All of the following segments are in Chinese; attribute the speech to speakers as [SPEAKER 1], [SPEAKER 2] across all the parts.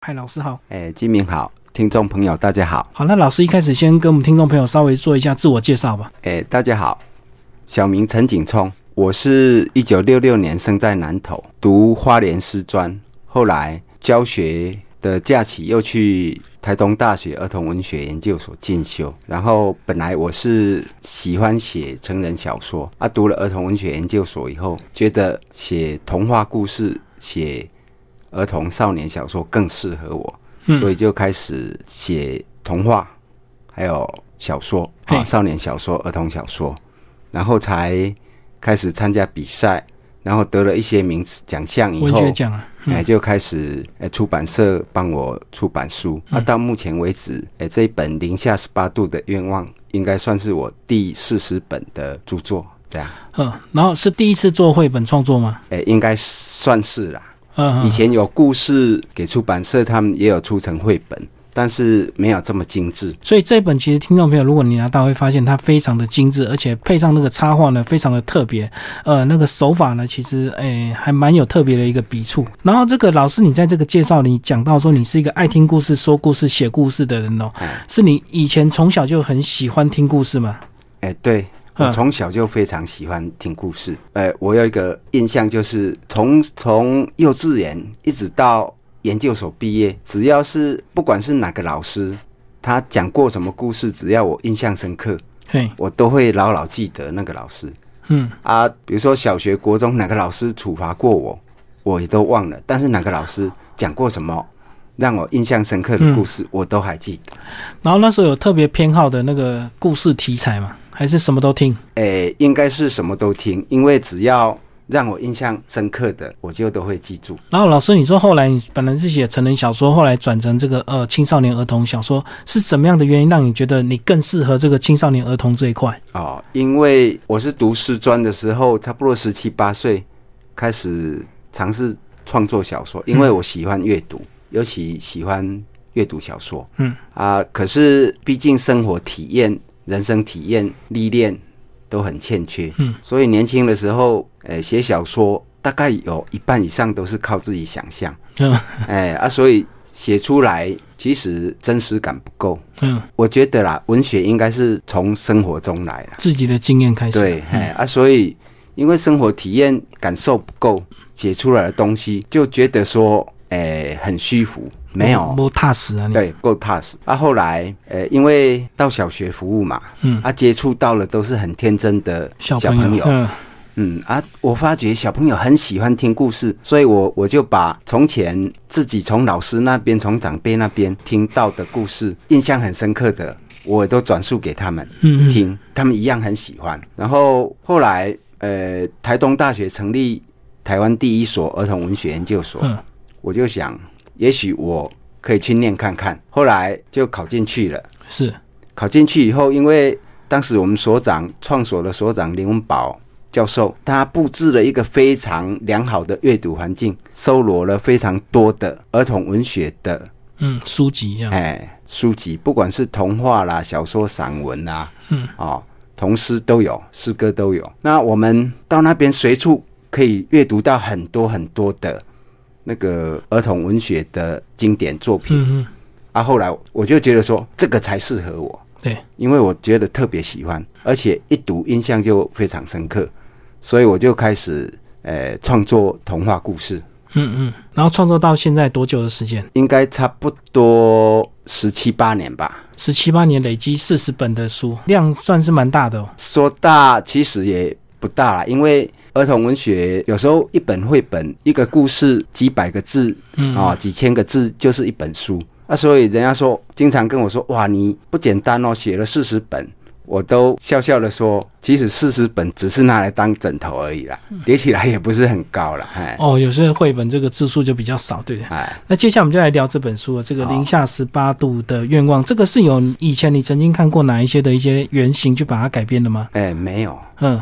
[SPEAKER 1] 嗨，老师好。
[SPEAKER 2] 哎，金明好，听众朋友大家好，
[SPEAKER 1] 好，那老师一开始先跟我们听众朋友稍微做一下自我介绍吧。
[SPEAKER 2] 哎，大家好，小名陈景聪，我是一九六六年生在南投，读花莲师专，后来教学的假期又去台东大学儿童文学研究所进修，然后本来我是喜欢写成人小说，啊，读了儿童文学研究所以后，觉得写童话故事、写儿童少年小说更适合我，
[SPEAKER 1] 嗯
[SPEAKER 2] 所以就开始写童话，还有小说啊，
[SPEAKER 1] 嘿
[SPEAKER 2] 少年小说、儿童小说，然后才开始参加比赛，然后得了一些名次奖项以
[SPEAKER 1] 文
[SPEAKER 2] 后
[SPEAKER 1] 学，奖啊，
[SPEAKER 2] 哎、就开始哎、出版社帮我出版书。
[SPEAKER 1] 嗯
[SPEAKER 2] 那、到目前为止，哎、这一本《零下十八度的愿望》应该算是我第四十本的著作，这样，
[SPEAKER 1] 嗯，然后是第一次做绘本创作吗？
[SPEAKER 2] 哎、应该算是啦。
[SPEAKER 1] 嗯，
[SPEAKER 2] 以
[SPEAKER 1] 嗯
[SPEAKER 2] 前有故事给出版社，他们也有出成绘本，但是没有这么精致。
[SPEAKER 1] 所以这本其实听众朋友，如果你拿到会发现它非常的精致，而且配上那个插画呢，非常的特别。呃，那个手法呢，其实诶、还蛮有特别的一个笔触。然后这个老师，你在这个介绍里讲到说，你是一个爱听故事、说故事、写故事的人
[SPEAKER 2] 嗯
[SPEAKER 1] 哦、是你以前从小就很喜欢听故事吗？
[SPEAKER 2] 哎、对
[SPEAKER 1] 嗯
[SPEAKER 2] 我从小就非常喜欢听故事。哎、我有一个印象，就是从从幼稚园一直到研究所毕业，只要是不管是哪个老师，他讲过什么故事，只要我印象深刻，
[SPEAKER 1] 嘿，
[SPEAKER 2] 我都会牢牢记得那个老师。
[SPEAKER 1] 嗯，
[SPEAKER 2] 啊，比如说小学、国中哪个老师处罚过我，我也都忘了，但是哪个老师讲过什么让我印象深刻的故事，我都还记得。
[SPEAKER 1] 然后那时候有特别偏好的那个故事题材吗？还是什么都听？
[SPEAKER 2] 诶、应该是什么都听，因为只要让我印象深刻的，我就都会记住。
[SPEAKER 1] 然后老师，你说后来你本来是写成人小说，后来转成这个呃青少年儿童小说，是什么样的原因让你觉得你更适合这个青少年儿童这一块？
[SPEAKER 2] 哦，因为我是读师专的时候，差不多十七八岁开始尝试创作小说，因为我喜欢阅读，尤其喜欢阅读小说。
[SPEAKER 1] 嗯
[SPEAKER 2] 啊，可是毕竟生活体验、人生体验、历练都很欠缺，
[SPEAKER 1] 嗯，
[SPEAKER 2] 所以年轻的时候，呃，写小说大概有一半以上都是靠自己想 象，
[SPEAKER 1] 嗯
[SPEAKER 2] 哎啊，所以写出来其实真实感不够。
[SPEAKER 1] 嗯，
[SPEAKER 2] 我觉得啦，文学应该是从生活中来啦。
[SPEAKER 1] 自己的经验开始。
[SPEAKER 2] 对，哎、啊，所以因为生活体验感受不够，写出来的东西就觉得说，哎、很虚浮，没有
[SPEAKER 1] 摸踏实啊你。
[SPEAKER 2] 对够踏实。啊，后来呃，因为到小学服务嘛，
[SPEAKER 1] 嗯
[SPEAKER 2] 啊，接触到了都是很天真的
[SPEAKER 1] 小
[SPEAKER 2] 小
[SPEAKER 1] 朋友，嗯
[SPEAKER 2] 嗯啊，我发觉小朋友很喜欢听故事，所以我我就把从前自己从老师那边、从长辈那边听到的故事，印象很深刻的，我都转述给他们
[SPEAKER 1] 嗯嗯
[SPEAKER 2] 听，他们一样很喜欢。然后后来，呃，台东大学成立台湾第一所儿童文学研究所，
[SPEAKER 1] 嗯，
[SPEAKER 2] 我就想，也许我可以去念看看。后来就考进去了。
[SPEAKER 1] 是
[SPEAKER 2] 考进去以后，因为当时我们所长创所的所长林文宝教授，他布置了一个非常良好的阅读环境，收罗了非常多的儿童文学的
[SPEAKER 1] 嗯书籍这样。
[SPEAKER 2] 哎书籍，不管是童话啦、小说、散文啦，
[SPEAKER 1] 嗯，
[SPEAKER 2] 哦，童诗都有，诗歌都有。那我们到那边随处可以阅读到很多很多的那个儿童文学的经典作品。
[SPEAKER 1] 嗯嗯，
[SPEAKER 2] 啊，后来我就觉得说，这个才适合我。
[SPEAKER 1] 对，
[SPEAKER 2] 因为我觉得特别喜欢，而且一读印象就非常深刻，所以我就开始呃创作童话故事，
[SPEAKER 1] 嗯嗯。然后创作到现在多久的时间？
[SPEAKER 2] 应该差不多十七八年吧。
[SPEAKER 1] 十七八年累积四十本的书，量算是蛮大的哦。
[SPEAKER 2] 说大其实也不大啦，因为儿童文学有时候一本绘本一个故事几百个字
[SPEAKER 1] 嗯
[SPEAKER 2] 啊、几千个字就是一本书。啊，所以人家说，经常跟我说，哇，你不简单哦，写了四十本，我都笑笑的说，其实四十本只是拿来当枕头而已啦，叠起来也不是很高啦。哎，
[SPEAKER 1] 嗯哦，有些绘本这个字数就比较少，对不对？
[SPEAKER 2] 哎，
[SPEAKER 1] 那接下来我们就来聊这本书了，这个《
[SPEAKER 2] 好
[SPEAKER 1] 零下十八度的愿望》，这个是有以前你曾经看过哪一些的一些原型去把它改编的吗？
[SPEAKER 2] 哎，没有，
[SPEAKER 1] 嗯，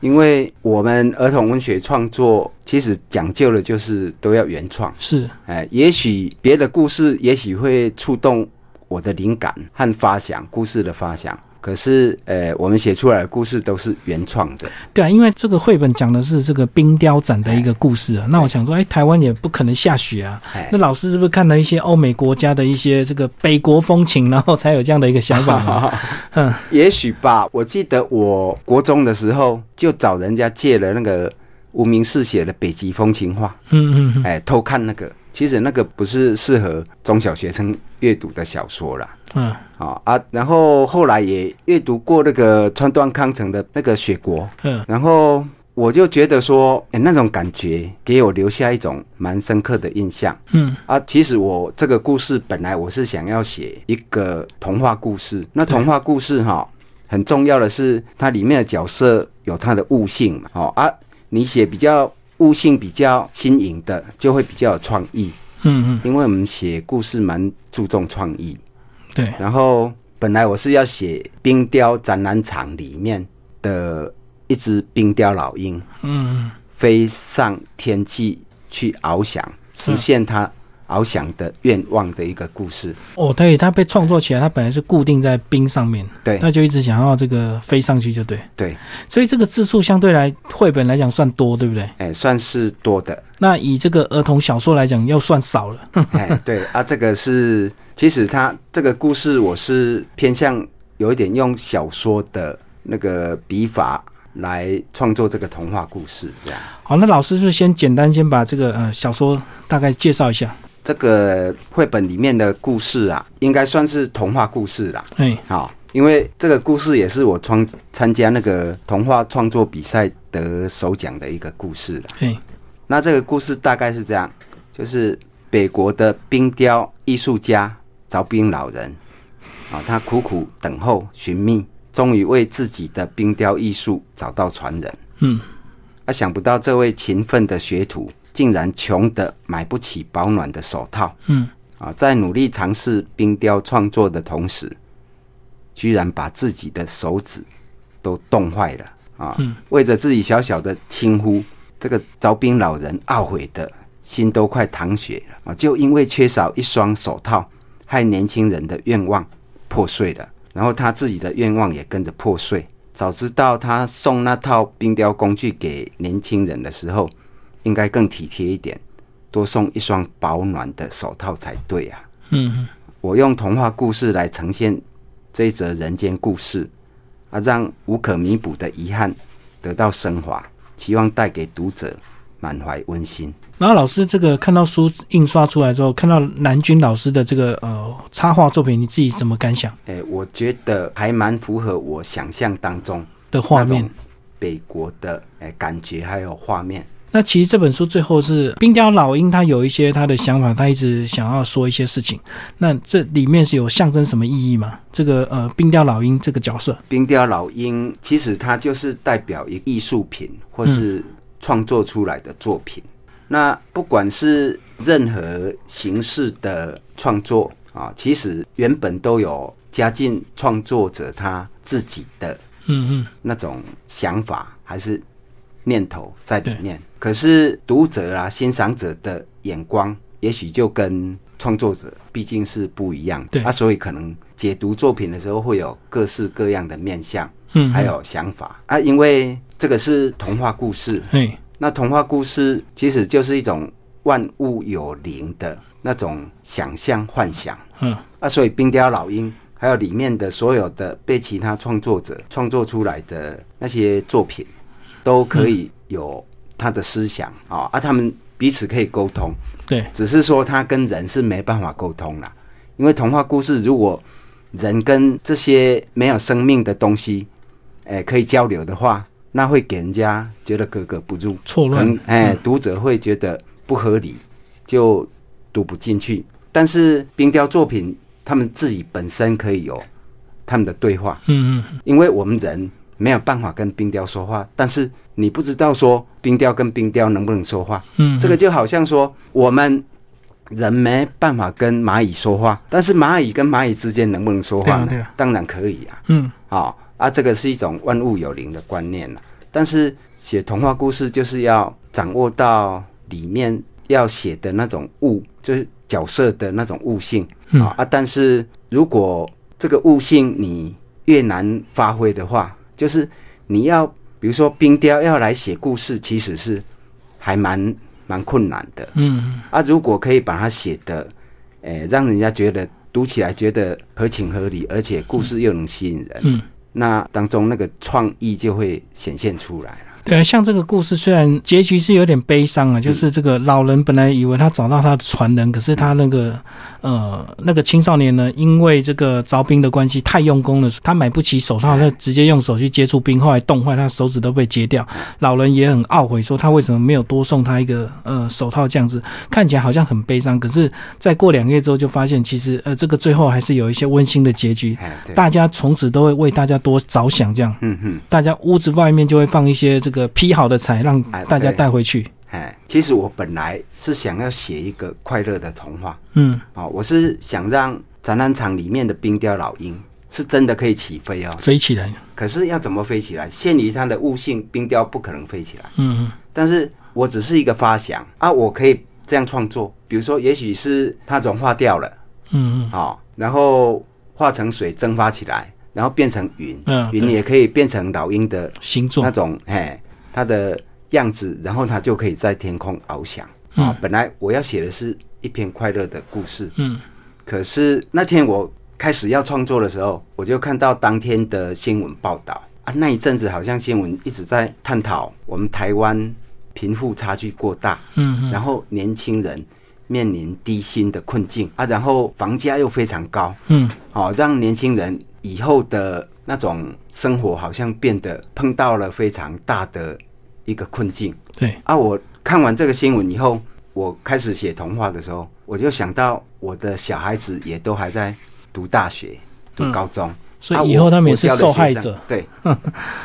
[SPEAKER 2] 因为我们儿童文学创作其实讲究的就是都要原创。
[SPEAKER 1] 是，
[SPEAKER 2] 哎，也许别的故事也许会触动我的灵感和发想，故事的发想。可是，呃，我们写出来的故事都是原创的，
[SPEAKER 1] 对啊，因为这个绘本讲的是这个冰雕展的一个故事啊。那我想说，哎、台湾也不可能下雪啊。
[SPEAKER 2] 哎
[SPEAKER 1] 那，老师是不是看了一些欧美国家的一些这个北国风情，然后才有这样的一个想法 呢？嗯
[SPEAKER 2] 也许吧。我记得我国中的时候就找人家借了那个无名氏写的《北极风情画
[SPEAKER 1] 嗯嗯》，嗯，
[SPEAKER 2] 哎，偷看那个，其实那个不是适合中小学生阅读的小说啦。
[SPEAKER 1] 嗯
[SPEAKER 2] 啊啊！然后后来也阅读过那个川端康成的那个《雪国》，
[SPEAKER 1] 嗯
[SPEAKER 2] 然后我就觉得说，哎，那种感觉给我留下一种蛮深刻的印象
[SPEAKER 1] 嗯
[SPEAKER 2] 啊。其实我这个故事本来我是想要写一个童话故事，那童话故事哈、很重要的是它里面的角色有它的悟性嘛，哦啊，你写比较悟性比较新颖的，就会比较有创意，
[SPEAKER 1] 嗯嗯，
[SPEAKER 2] 因为我们写故事蛮注重创意。
[SPEAKER 1] 对，
[SPEAKER 2] 然后本来我是要写冰雕展览场里面的一只冰雕老鹰
[SPEAKER 1] 嗯
[SPEAKER 2] 飞上天际去翱翔，实现它翱翔的愿望的一个故事。
[SPEAKER 1] 哦，对，它被创作起来，它本来是固定在冰上面，
[SPEAKER 2] 对
[SPEAKER 1] 那就一直想要这个飞上去，就对。
[SPEAKER 2] 对，
[SPEAKER 1] 所以这个字数相对来绘本来讲算多，对不对？
[SPEAKER 2] 哎，算是多的。
[SPEAKER 1] 那以这个儿童小说来讲，又算少了。
[SPEAKER 2] 哎，对啊，这个是其实它这个故事我是偏向有一点用小说的那个笔法来创作这个童话故事这样。
[SPEAKER 1] 好，那老师是不是先简单先把这个呃小说大概介绍一下？
[SPEAKER 2] 这个绘本里面的故事啊，应该算是童话故事啦。
[SPEAKER 1] 哎，
[SPEAKER 2] 好，因为这个故事也是我创参加那个童话创作比赛得首奖的一个故事了。
[SPEAKER 1] 哎，
[SPEAKER 2] 那这个故事大概是这样，就是北国的冰雕艺术家凿冰老人，啊、他苦苦等候寻觅，终于为自己的冰雕艺术找到传人。
[SPEAKER 1] 嗯
[SPEAKER 2] 啊，想不到这位勤奋的学徒竟然穷得买不起保暖的手套。
[SPEAKER 1] 嗯
[SPEAKER 2] 啊，在努力尝试冰雕创作的同时，居然把自己的手指都冻坏了啊！为着自己小小的轻忽，这个凿冰老人懊悔的心都快淌血了啊！就因为缺少一双手套，害年轻人的愿望破碎了，然后他自己的愿望也跟着破碎。早知道他送那套冰雕工具给年轻人的时候，应该更体贴一点。多送一双保暖的手套才对啊！
[SPEAKER 1] 嗯
[SPEAKER 2] 我用童话故事来呈现这一则人间故事，啊，让无可弥补的遗憾得到升华，希望带给读者满怀温馨。
[SPEAKER 1] 然后老师这个看到书印刷出来之后，看到南军老师的这个呃插画作品，你自己怎么感想
[SPEAKER 2] 诶、我觉得还蛮符合我想象当中
[SPEAKER 1] 的画面？
[SPEAKER 2] 北国的诶、感觉还有画面。
[SPEAKER 1] 那其实这本书最后是冰雕老鹰，他有一些他的想法，他一直想要说一些事情。那这里面是有象征什么意义吗？这个呃冰雕老鹰这个角色，
[SPEAKER 2] 冰雕老鹰其实它就是代表一个艺术品或是创作出来的作品。那不管是任何形式的创作啊，其实原本都有加进创作者他自己的
[SPEAKER 1] 嗯
[SPEAKER 2] 那种想法还是念头在里面。可是读者啊、欣赏者的眼光，也许就跟创作者毕竟是不一样的。
[SPEAKER 1] 对
[SPEAKER 2] 啊，所以可能解读作品的时候会有各式各样的面向，
[SPEAKER 1] 嗯
[SPEAKER 2] 还有想法啊。因为这个是童话故事，
[SPEAKER 1] 嘿，
[SPEAKER 2] 那童话故事其实就是一种万物有灵的那种想象幻想。
[SPEAKER 1] 嗯
[SPEAKER 2] 啊，所以冰雕老鹰还有里面的所有的被其他创作者创作出来的那些作品，都可以有他的思想啊、啊，他们彼此可以沟通，
[SPEAKER 1] 对，
[SPEAKER 2] 只是说他跟人是没办法沟通啦，因为童话故事如果人跟这些没有生命的东西，哎、可以交流的话，那会给人家觉得格格不入，
[SPEAKER 1] 错乱
[SPEAKER 2] 可能哎、
[SPEAKER 1] 嗯
[SPEAKER 2] 读者会觉得不合理，就读不进去。但是冰雕作品，他们自己本身可以有他们的对话，
[SPEAKER 1] 嗯嗯
[SPEAKER 2] 因为我们人没有办法跟冰雕说话，但是你不知道说冰雕跟冰雕能不能说话，
[SPEAKER 1] 嗯，
[SPEAKER 2] 这个就好像说我们人没办法跟蚂蚁说话，但是蚂蚁跟蚂蚁之间能不能说话呢？
[SPEAKER 1] 对啊对啊
[SPEAKER 2] 当然可以啊，
[SPEAKER 1] 嗯
[SPEAKER 2] 好、啊，这个是一种万物有灵的观念了、但是写童话故事就是要掌握到里面要写的那种悟，就是角色的那种悟性啊、
[SPEAKER 1] 嗯
[SPEAKER 2] 啊。但是如果这个悟性你越难发挥的话，就是你要比如说冰雕要来写故事，其实是还蛮蛮困难的
[SPEAKER 1] 嗯，
[SPEAKER 2] 啊。如果可以把它写的，诶、让人家觉得读起来觉得合情合理，而且故事又能吸引人，
[SPEAKER 1] 嗯，
[SPEAKER 2] 那当中那个创意就会显现出来了。
[SPEAKER 1] 对啊，像这个故事虽然结局是有点悲伤啊，
[SPEAKER 2] 嗯
[SPEAKER 1] 就是这个老人本来以为他找到他的传人，可是他那个呃那个青少年呢，因为这个凿冰的关系太用功了，他买不起手套，他直接用手去接触冰，后来冻坏，他手指都被截掉。老人也很懊悔，说他为什么没有多送他一个呃手套这样子，看起来好像很悲伤，可是再过两个月之后就发现，其实呃这个最后还是有一些温馨的结局，
[SPEAKER 2] 哎，对，
[SPEAKER 1] 大家从此都会为大家多着想这样。
[SPEAKER 2] 嗯哼。
[SPEAKER 1] 大家屋子外面就会放一些这个劈好的柴，让
[SPEAKER 2] 哎
[SPEAKER 1] 大家
[SPEAKER 2] 对
[SPEAKER 1] 带回去。
[SPEAKER 2] 哎，其实我本来是想要写一个快乐的童话
[SPEAKER 1] 嗯，
[SPEAKER 2] 啊、哦我是想让展览场里面的冰雕老鹰是真的可以起飞哦。
[SPEAKER 1] 飞起来。
[SPEAKER 2] 可是要怎么飞起来？限于它的悟性，冰雕不可能飞起来。
[SPEAKER 1] 嗯
[SPEAKER 2] 但是我只是一个发想啊，我可以这样创作，比如说，也许是它融化掉了
[SPEAKER 1] 嗯嗯
[SPEAKER 2] 哦，然后化成水蒸发起来，然后变成云，
[SPEAKER 1] 嗯，
[SPEAKER 2] 云
[SPEAKER 1] 对
[SPEAKER 2] 也可以变成老鹰的
[SPEAKER 1] 星
[SPEAKER 2] 那
[SPEAKER 1] 座。
[SPEAKER 2] 种哎，它的样子，然后它就可以在天空翱翔啊、
[SPEAKER 1] 嗯
[SPEAKER 2] 本来我要写的是一篇快乐的故事，
[SPEAKER 1] 嗯
[SPEAKER 2] 可是那天我开始要创作的时候，我就看到当天的新闻报道啊，那一阵子好像新闻一直在探讨我们台湾贫富差距过大，
[SPEAKER 1] 嗯嗯
[SPEAKER 2] 然后年轻人面临低薪的困境啊，然后房价又非常高，
[SPEAKER 1] 嗯
[SPEAKER 2] 好、让年轻人以后的那种生活好像变得碰到了非常大的一个困境
[SPEAKER 1] 对，
[SPEAKER 2] 啊！我看完这个新闻以后，我开始写童话的时候，我就想到我的小孩子也都还在读大学、读
[SPEAKER 1] 嗯
[SPEAKER 2] 高中，
[SPEAKER 1] 所
[SPEAKER 2] 啊
[SPEAKER 1] 以以
[SPEAKER 2] 我
[SPEAKER 1] 后他们也
[SPEAKER 2] 我
[SPEAKER 1] 是
[SPEAKER 2] 教的
[SPEAKER 1] 受
[SPEAKER 2] 学
[SPEAKER 1] 害
[SPEAKER 2] 生
[SPEAKER 1] 者。
[SPEAKER 2] 对，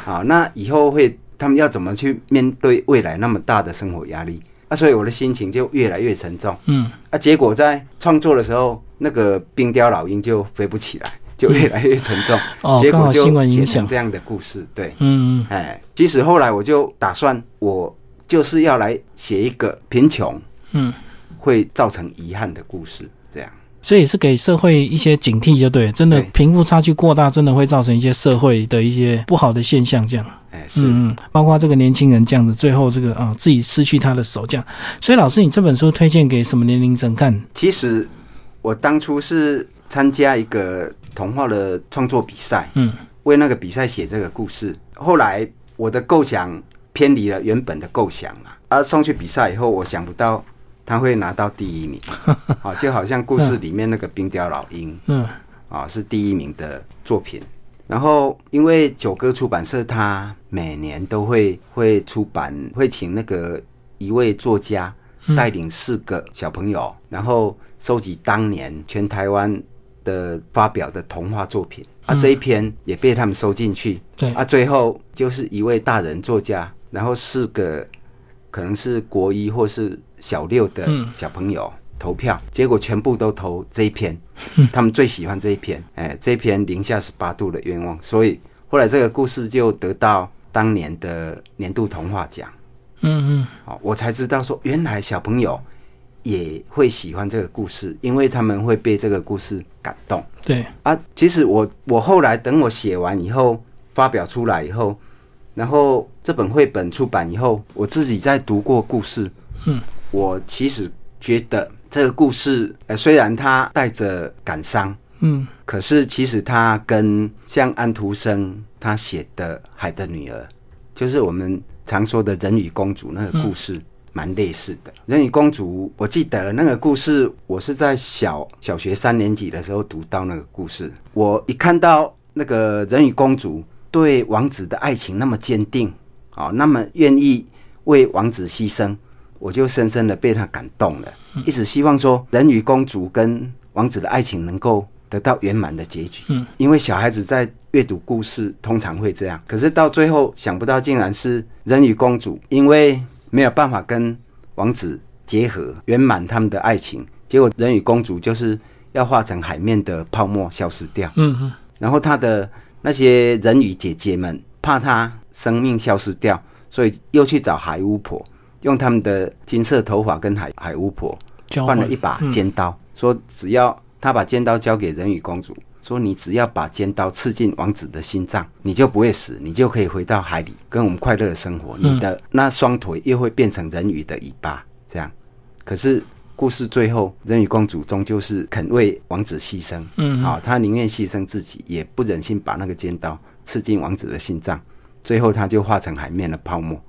[SPEAKER 2] 好，那以后会他们要怎么去面对未来那么大的生活压力？啊，所以我的心情就越来越沉重。
[SPEAKER 1] 嗯，，
[SPEAKER 2] 啊，结果在创作的时候，那个冰雕老鹰就飞不起来，就越来越沉重
[SPEAKER 1] 嗯哦
[SPEAKER 2] 结
[SPEAKER 1] 刚
[SPEAKER 2] 果
[SPEAKER 1] 好
[SPEAKER 2] 就
[SPEAKER 1] 新闻影
[SPEAKER 2] 写
[SPEAKER 1] 响
[SPEAKER 2] 成这样的故事。对，
[SPEAKER 1] 嗯嗯
[SPEAKER 2] 哎，其实后来我就打算，我就是要来写一个贫穷
[SPEAKER 1] 嗯，
[SPEAKER 2] 会造成遗憾的故事，这样。
[SPEAKER 1] 所以是给社会一些警惕，就对了。真的
[SPEAKER 2] 对
[SPEAKER 1] 贫富差距过大，真的会造成一些社会的一些不好的现象这样。
[SPEAKER 2] 哎，是，
[SPEAKER 1] 嗯嗯，包括这个年轻人这样子，最后这个啊、自己失去他的手这样。所以老师，你这本书推荐给什么年龄层看？
[SPEAKER 2] 其实我当初是参加一个童话的创作比赛，
[SPEAKER 1] 嗯
[SPEAKER 2] 为那个比赛写这个故事。后来我的构想偏离了原本的构想嘛，而、送去比赛以后，我想不到他会拿到第一名，好、就好像故事里面那个冰雕老鹰
[SPEAKER 1] 嗯
[SPEAKER 2] 啊、是第一名的作品。然后，因为九歌出版社它每年都会会出版，会请那个一位作家
[SPEAKER 1] 嗯
[SPEAKER 2] 带领四个小朋友，然后收集当年全台湾的发表的童话作品。啊，这一篇也被他们收进去。
[SPEAKER 1] 对
[SPEAKER 2] 啊，最后就是一位大人作家，然后四个可能是国一或是小六的
[SPEAKER 1] 嗯
[SPEAKER 2] 小朋友投票，结果全部都投这一篇，他们最喜欢这一篇，哎，这一篇零下十八度的愿望，所以后来这个故事就得到当年的年度童话奖。
[SPEAKER 1] 嗯嗯
[SPEAKER 2] 好，我才知道说，原来小朋友也会喜欢这个故事，因为他们会被这个故事感动。
[SPEAKER 1] 对，
[SPEAKER 2] 啊，其实我我后来等我写完以后，发表出来以后，然后这本绘本出版以后，我自己在读过故事，
[SPEAKER 1] 嗯，
[SPEAKER 2] 我其实觉得这个故事，呃，虽然它带着感伤，
[SPEAKER 1] 嗯
[SPEAKER 2] 可是其实它跟像安徒生他写的《海的女儿》，就是我们常说的《人与公主》那个故事。蛮类似的，《人与公主》，我记得那个故事，我是在小小学三年级的时候读到那个故事。我一看到那个《人与公主》对王子的爱情那么坚定，哦，那么愿意为王子牺牲，我就深深的被他感动了，一直希望说人与公主跟王子的爱情能够得到圆满的结局。
[SPEAKER 1] 嗯，
[SPEAKER 2] 因为小孩子在阅读故事通常会这样，可是到最后想不到竟然是人与公主，因为没有办法跟王子结合圆满他们的爱情，结果人与公主就是要化成海面的泡沫消失掉。
[SPEAKER 1] 嗯嗯
[SPEAKER 2] 然后他的那些人鱼姐姐们怕他生命消失掉，所以又去找海巫婆，用他们的金色头发跟海海巫婆
[SPEAKER 1] 交
[SPEAKER 2] 换了
[SPEAKER 1] 换
[SPEAKER 2] 一把尖刀，说只要他把尖刀交给人鱼公主，说你只要把尖刀刺进王子的心脏，你就不会死，你就可以回到海里跟我们快乐的生活。你的那双腿又会变成人鱼的尾巴，这样。可是故事最后，人鱼公主终究是肯为王子牺牲，
[SPEAKER 1] 嗯
[SPEAKER 2] 啊、她宁愿牺牲自己，也不忍心把那个尖刀刺进王子的心脏。最后，她就化成海面的泡沫，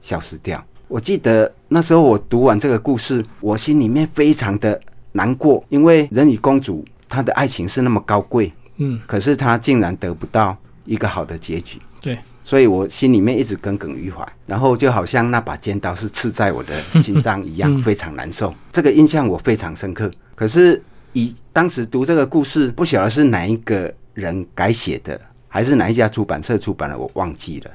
[SPEAKER 2] 消失掉。我记得那时候我读完这个故事，我心里面非常的难过，因为人鱼公主她的爱情是那么高贵，
[SPEAKER 1] 嗯，
[SPEAKER 2] 可是她竟然得不到一个好的结局，
[SPEAKER 1] 对，
[SPEAKER 2] 所以我心里面一直耿耿于怀。然后就好像那把尖刀是刺在我的心脏一样，非常难受。这个印象我非常深刻。可是以当时读这个故事，不晓得是哪一个人改写的，还是哪一家出版社出版的，我忘记了。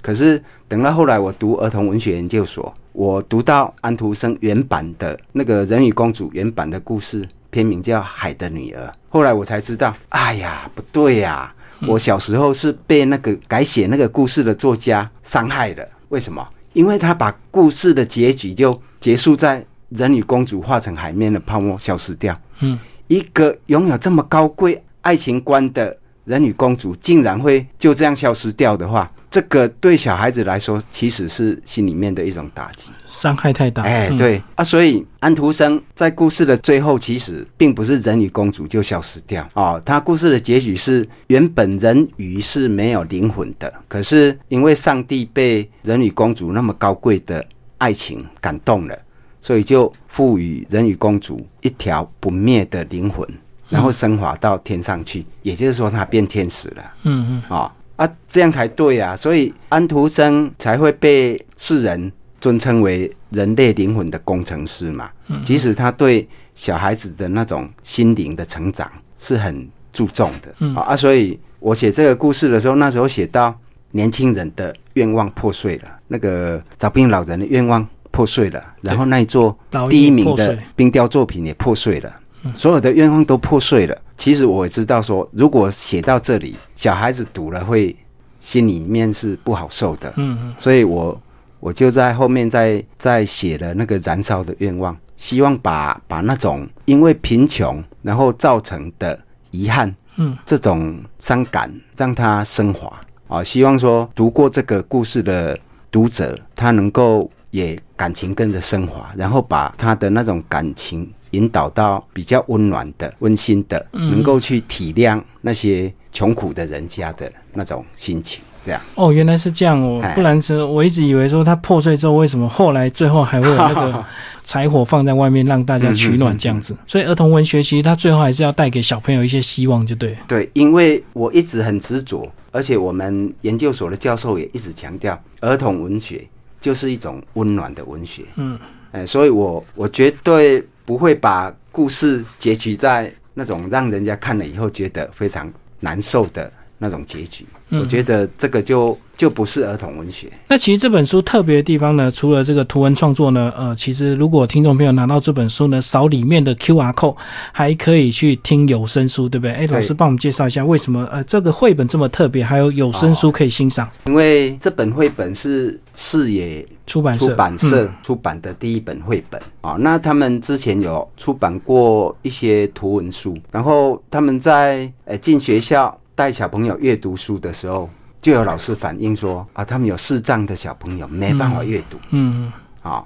[SPEAKER 2] 可是等到后来我读儿童文学研究所，我读到安徒生原版的那个《人与公主》原版的故事，片名叫《海的女儿》。后来我才知道，哎呀，不对呀、我小时候是被那个改写那个故事的作家伤害了。为什么？因为他把故事的结局就结束在人与公主化成海面的泡沫消失掉。
[SPEAKER 1] 嗯，
[SPEAKER 2] 一个拥有这么高贵爱情观的人与公主，竟然会就这样消失掉的话，这个对小孩子来说，其实是心里面的一种打击。
[SPEAKER 1] 伤害太大。
[SPEAKER 2] 哎，
[SPEAKER 1] 嗯，
[SPEAKER 2] 对、啊，所以安徒生在故事的最后，其实并不是人与公主就消失掉哦，他故事的结局是，原本人鱼是没有灵魂的，可是因为上帝被人与公主那么高贵的爱情感动了，所以就赋予人与公主一条不灭的灵魂，然后升华到天上去，也就是说，她变天使了。
[SPEAKER 1] 嗯嗯，
[SPEAKER 2] 啊、啊，这样才对啊！所以安徒生才会被世人尊称为人类灵魂的工程师嘛。
[SPEAKER 1] 嗯
[SPEAKER 2] 即使他对小孩子的那种心灵的成长是很注重的啊、
[SPEAKER 1] 嗯
[SPEAKER 2] 啊，所以我写这个故事的时候，那时候写到年轻人的愿望破碎了，那个找病老人的愿望破碎了，然后那一座
[SPEAKER 1] 岛
[SPEAKER 2] 第一
[SPEAKER 1] 屿
[SPEAKER 2] 名
[SPEAKER 1] 破
[SPEAKER 2] 的
[SPEAKER 1] 碎
[SPEAKER 2] 冰雕作品也破碎了，嗯所有的愿望都破碎了。其实我也知道说，如果写到这里，小孩子读了会心里面是不好受的，
[SPEAKER 1] 嗯嗯，
[SPEAKER 2] 所以我我就在后面再再写了那个燃烧的愿望，希望把把那种因为贫穷然后造成的遗憾，
[SPEAKER 1] 嗯，
[SPEAKER 2] 这种伤感让它升华啊、希望说读过这个故事的读者，他能够也感情跟着升华，然后把他的那种感情引导到比较温暖的、温馨的，能够去体谅那些穷苦的人家的那种心情，这样。
[SPEAKER 1] 哦，原来是这样哦
[SPEAKER 2] 哎，
[SPEAKER 1] 不然是我一直以为说它破碎之后，为什么后来最后还会有那 个柴火放在外面让大家取
[SPEAKER 2] 嗯
[SPEAKER 1] 暖这样子？所以儿童文学其实它最后还是要带给小朋友一些希望，就对了。
[SPEAKER 2] 对，因为我一直很执着，而且我们研究所的教授也一直强调，儿童文学就是一种温暖的文学。
[SPEAKER 1] 嗯，
[SPEAKER 2] 哎、所以我我绝对不会把故事结局在那种让人家看了以后觉得非常难受的那种结局。我觉得这个就就不是儿童文学。
[SPEAKER 1] 那其实这本书特别的地方呢，除了这个图文创作呢，呃，其实如果听众朋友拿到这本书呢，扫里面的 Q R code，还可以去听有声书，对不对？哎，老师帮我们介绍一下为什么呃这个绘本这么特别，还有有声
[SPEAKER 2] 哦
[SPEAKER 1] 书可以欣赏。
[SPEAKER 2] 因为这本绘本是视野
[SPEAKER 1] 出版社，嗯
[SPEAKER 2] 出版社出版的第一本绘本啊、哦。那他们之前有出版过一些图文书，然后他们在呃进学校带小朋友阅读书的时候，就有老师反映说啊，他们有视障的小朋友没办法阅读
[SPEAKER 1] 嗯，嗯，
[SPEAKER 2] 啊、哦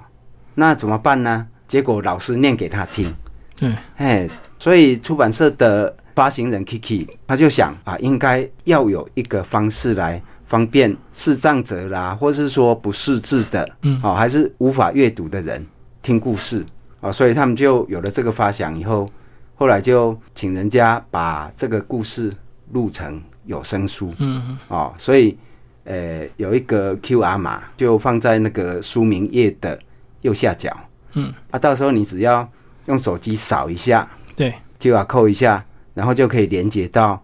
[SPEAKER 2] 那怎么办呢？结果老师念给他听，
[SPEAKER 1] 对，
[SPEAKER 2] 哎，所以出版社的发行人 Kiki 他就想啊，应该要有一个方式来方便视障者啦，或是说不识字的，
[SPEAKER 1] 嗯
[SPEAKER 2] 哦，还是无法阅读的人听故事啊、哦所以他们就有了这个发想以后，后来就请人家把这个故事录成有声书，
[SPEAKER 1] 嗯，
[SPEAKER 2] 哦，所以呃有一个 QR 码就放在那个书名页的右下角，
[SPEAKER 1] 嗯，
[SPEAKER 2] 啊，到时候你只要用手机扫一下
[SPEAKER 1] 对，
[SPEAKER 2] QR 扣一下，然后就可以连接到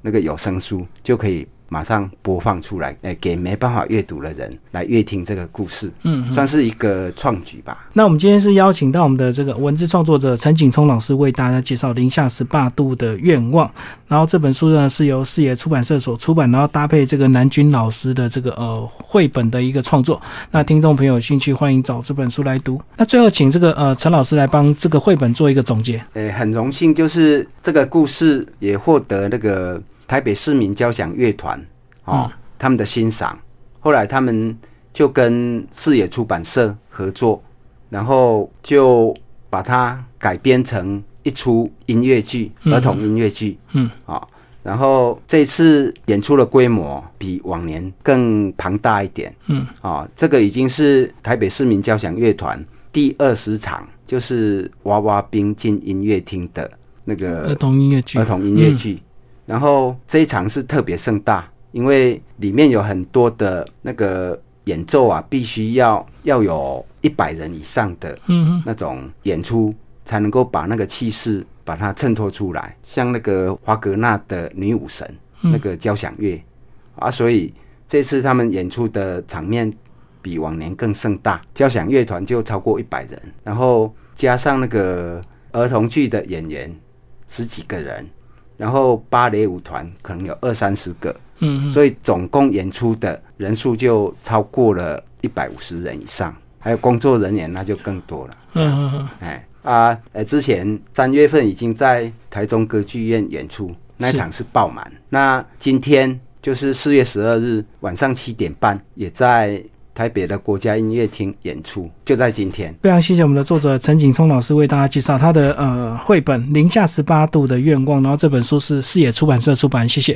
[SPEAKER 2] 那个有声书，就可以马上播放出来，哎、给没办法阅读的人来阅听这个故事，
[SPEAKER 1] 嗯，嗯
[SPEAKER 2] 算是一个创举吧。
[SPEAKER 1] 那我们今天是邀请到我们的这个文字创作者陈景聪老师为大家介绍《零下十八度的愿望》，然后这本书呢是由视野出版社所出版，然后搭配这个南军老师的这个呃绘本的一个创作。那听众朋友有兴趣，欢迎找这本书来读。那最后请这个呃陈老师来帮这个绘本做一个总结。
[SPEAKER 2] 呃，很荣幸，就是这个故事也获得那个台北市民交响乐团哦、
[SPEAKER 1] 嗯
[SPEAKER 2] 他们的欣赏。后来他们就跟视野出版社合作，然后就把它改编成一出音乐剧，
[SPEAKER 1] 嗯
[SPEAKER 2] 儿童音乐剧。
[SPEAKER 1] 嗯，
[SPEAKER 2] 啊、然后这次演出的规模比往年更庞大一点。
[SPEAKER 1] 嗯，
[SPEAKER 2] 啊、这个已经是台北市民交响乐团第二十场，就是娃娃兵进音乐厅的那
[SPEAKER 1] 儿
[SPEAKER 2] 个
[SPEAKER 1] 童音乐剧
[SPEAKER 2] 儿，童音乐剧。然后这一场是特别盛大，因为里面有很多的那个演奏啊，必须要要有一百人以上的
[SPEAKER 1] 嗯嗯
[SPEAKER 2] 那种演出，才能够把那个气势把它衬托出来。像那个华格纳的女武神，
[SPEAKER 1] 嗯
[SPEAKER 2] 那个交响乐、啊，所以这次他们演出的场面比往年更盛大，交响乐团就超过一百人，然后加上那个儿童剧的演员十几个人，然后芭蕾舞团可能有二三十个，
[SPEAKER 1] 嗯嗯，
[SPEAKER 2] 所以总共演出的人数就超过了一百五十人以上，还有工作人员那就更多了。
[SPEAKER 1] 嗯嗯
[SPEAKER 2] 哎啊，呃，之前三月份已经在台中歌剧院演出，那一场是爆满。那今天就是四月十二日晚上七点半，也在台北的国家音乐厅演出，就在今天。
[SPEAKER 1] 非常谢谢我们的作者陈景聪老师为大家介绍他的呃绘本《零下十八度的愿望》，然后这本书是视野出版社出版，谢谢。